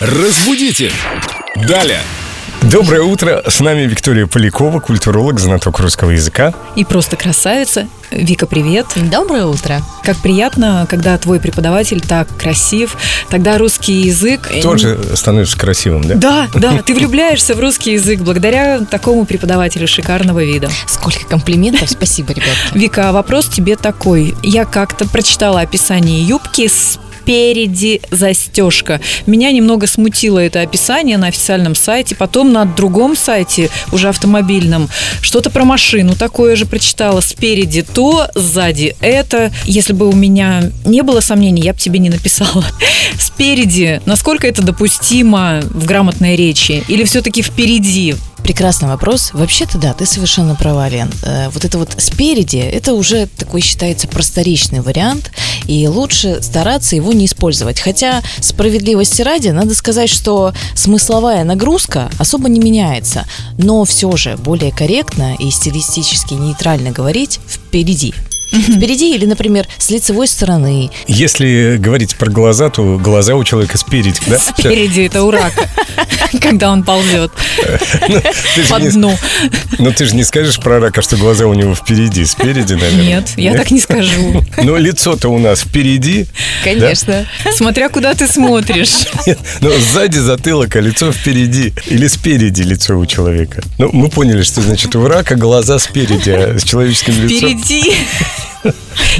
Разбудите! Далее! Доброе утро, с нами Виктория Полякова, культуролог, знаток русского языка. И просто красавица. Вика, привет. Доброе утро. Как приятно, когда твой преподаватель так красив. Тогда русский язык... Тоже становишься красивым, да? Да, да, ты влюбляешься в русский язык благодаря такому преподавателю шикарного вида. Сколько комплиментов. Спасибо, ребята. Вика, а вопрос тебе такой. Я как-то прочитала описание юбки с спереди застежка. Меня немного смутило это описание на официальном сайте. Потом на другом сайте, уже автомобильном, что-то про машину такое же прочитала. Спереди то, сзади это. Если бы у меня не было сомнений, я бы тебе не написала. Спереди. Насколько это допустимо в грамотной речи? Или все-таки впереди? Прекрасный вопрос. Вообще-то да, ты совершенно права, Лен. Э, Вот это вот спереди, это уже такой считается просторечный вариант, и лучше стараться его не использовать. Хотя справедливости ради, надо сказать, что смысловая нагрузка особо не меняется, но все же более корректно и стилистически нейтрально говорить впереди. Впереди или, например, с лицевой стороны. Если говорить про глаза, то глаза у человека спереди, да? Спереди это у рака, когда он ползет Ты же по не- дну. Но ты же не скажешь про рака, что глаза у него впереди, спереди, наверное. Нет, я так не скажу. Но лицо-то у нас впереди, Конечно. Смотря куда ты смотришь. но сзади затылок, а лицо впереди. Или спереди лицо у человека. Ну, мы поняли, что значит у рака глаза спереди, а с человеческим лицом... Впереди.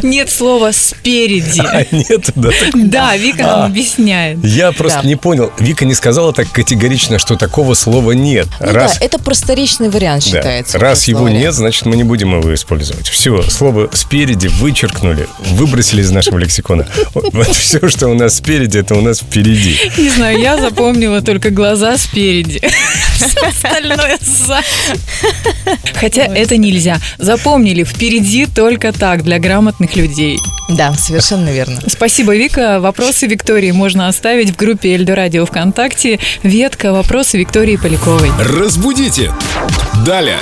Нет слова спереди. А, нет, да, так Да, Вика нам объясняет. Я просто Да. не понял. Вика не сказала так категорично, что такого слова нет. Ну да, это просторечный вариант да, считается. раз уже в его словаре. нет, значит мы не будем его использовать. Все, слово спереди вычеркнули, выбросили из нашего лексикона. Вот все, что у нас спереди, это у нас впереди. Не знаю, я запомнила только глаза спереди. Все остальное сзади. Хотя это нельзя. Запомнили, впереди только так, для грамотных людей. Да, совершенно верно. Спасибо, Вика. Вопросы Виктории можно оставить в группе Эльдо Радио ВКонтакте. Ветка «Вопросы Виктории Поляковой». Разбудите! Далее!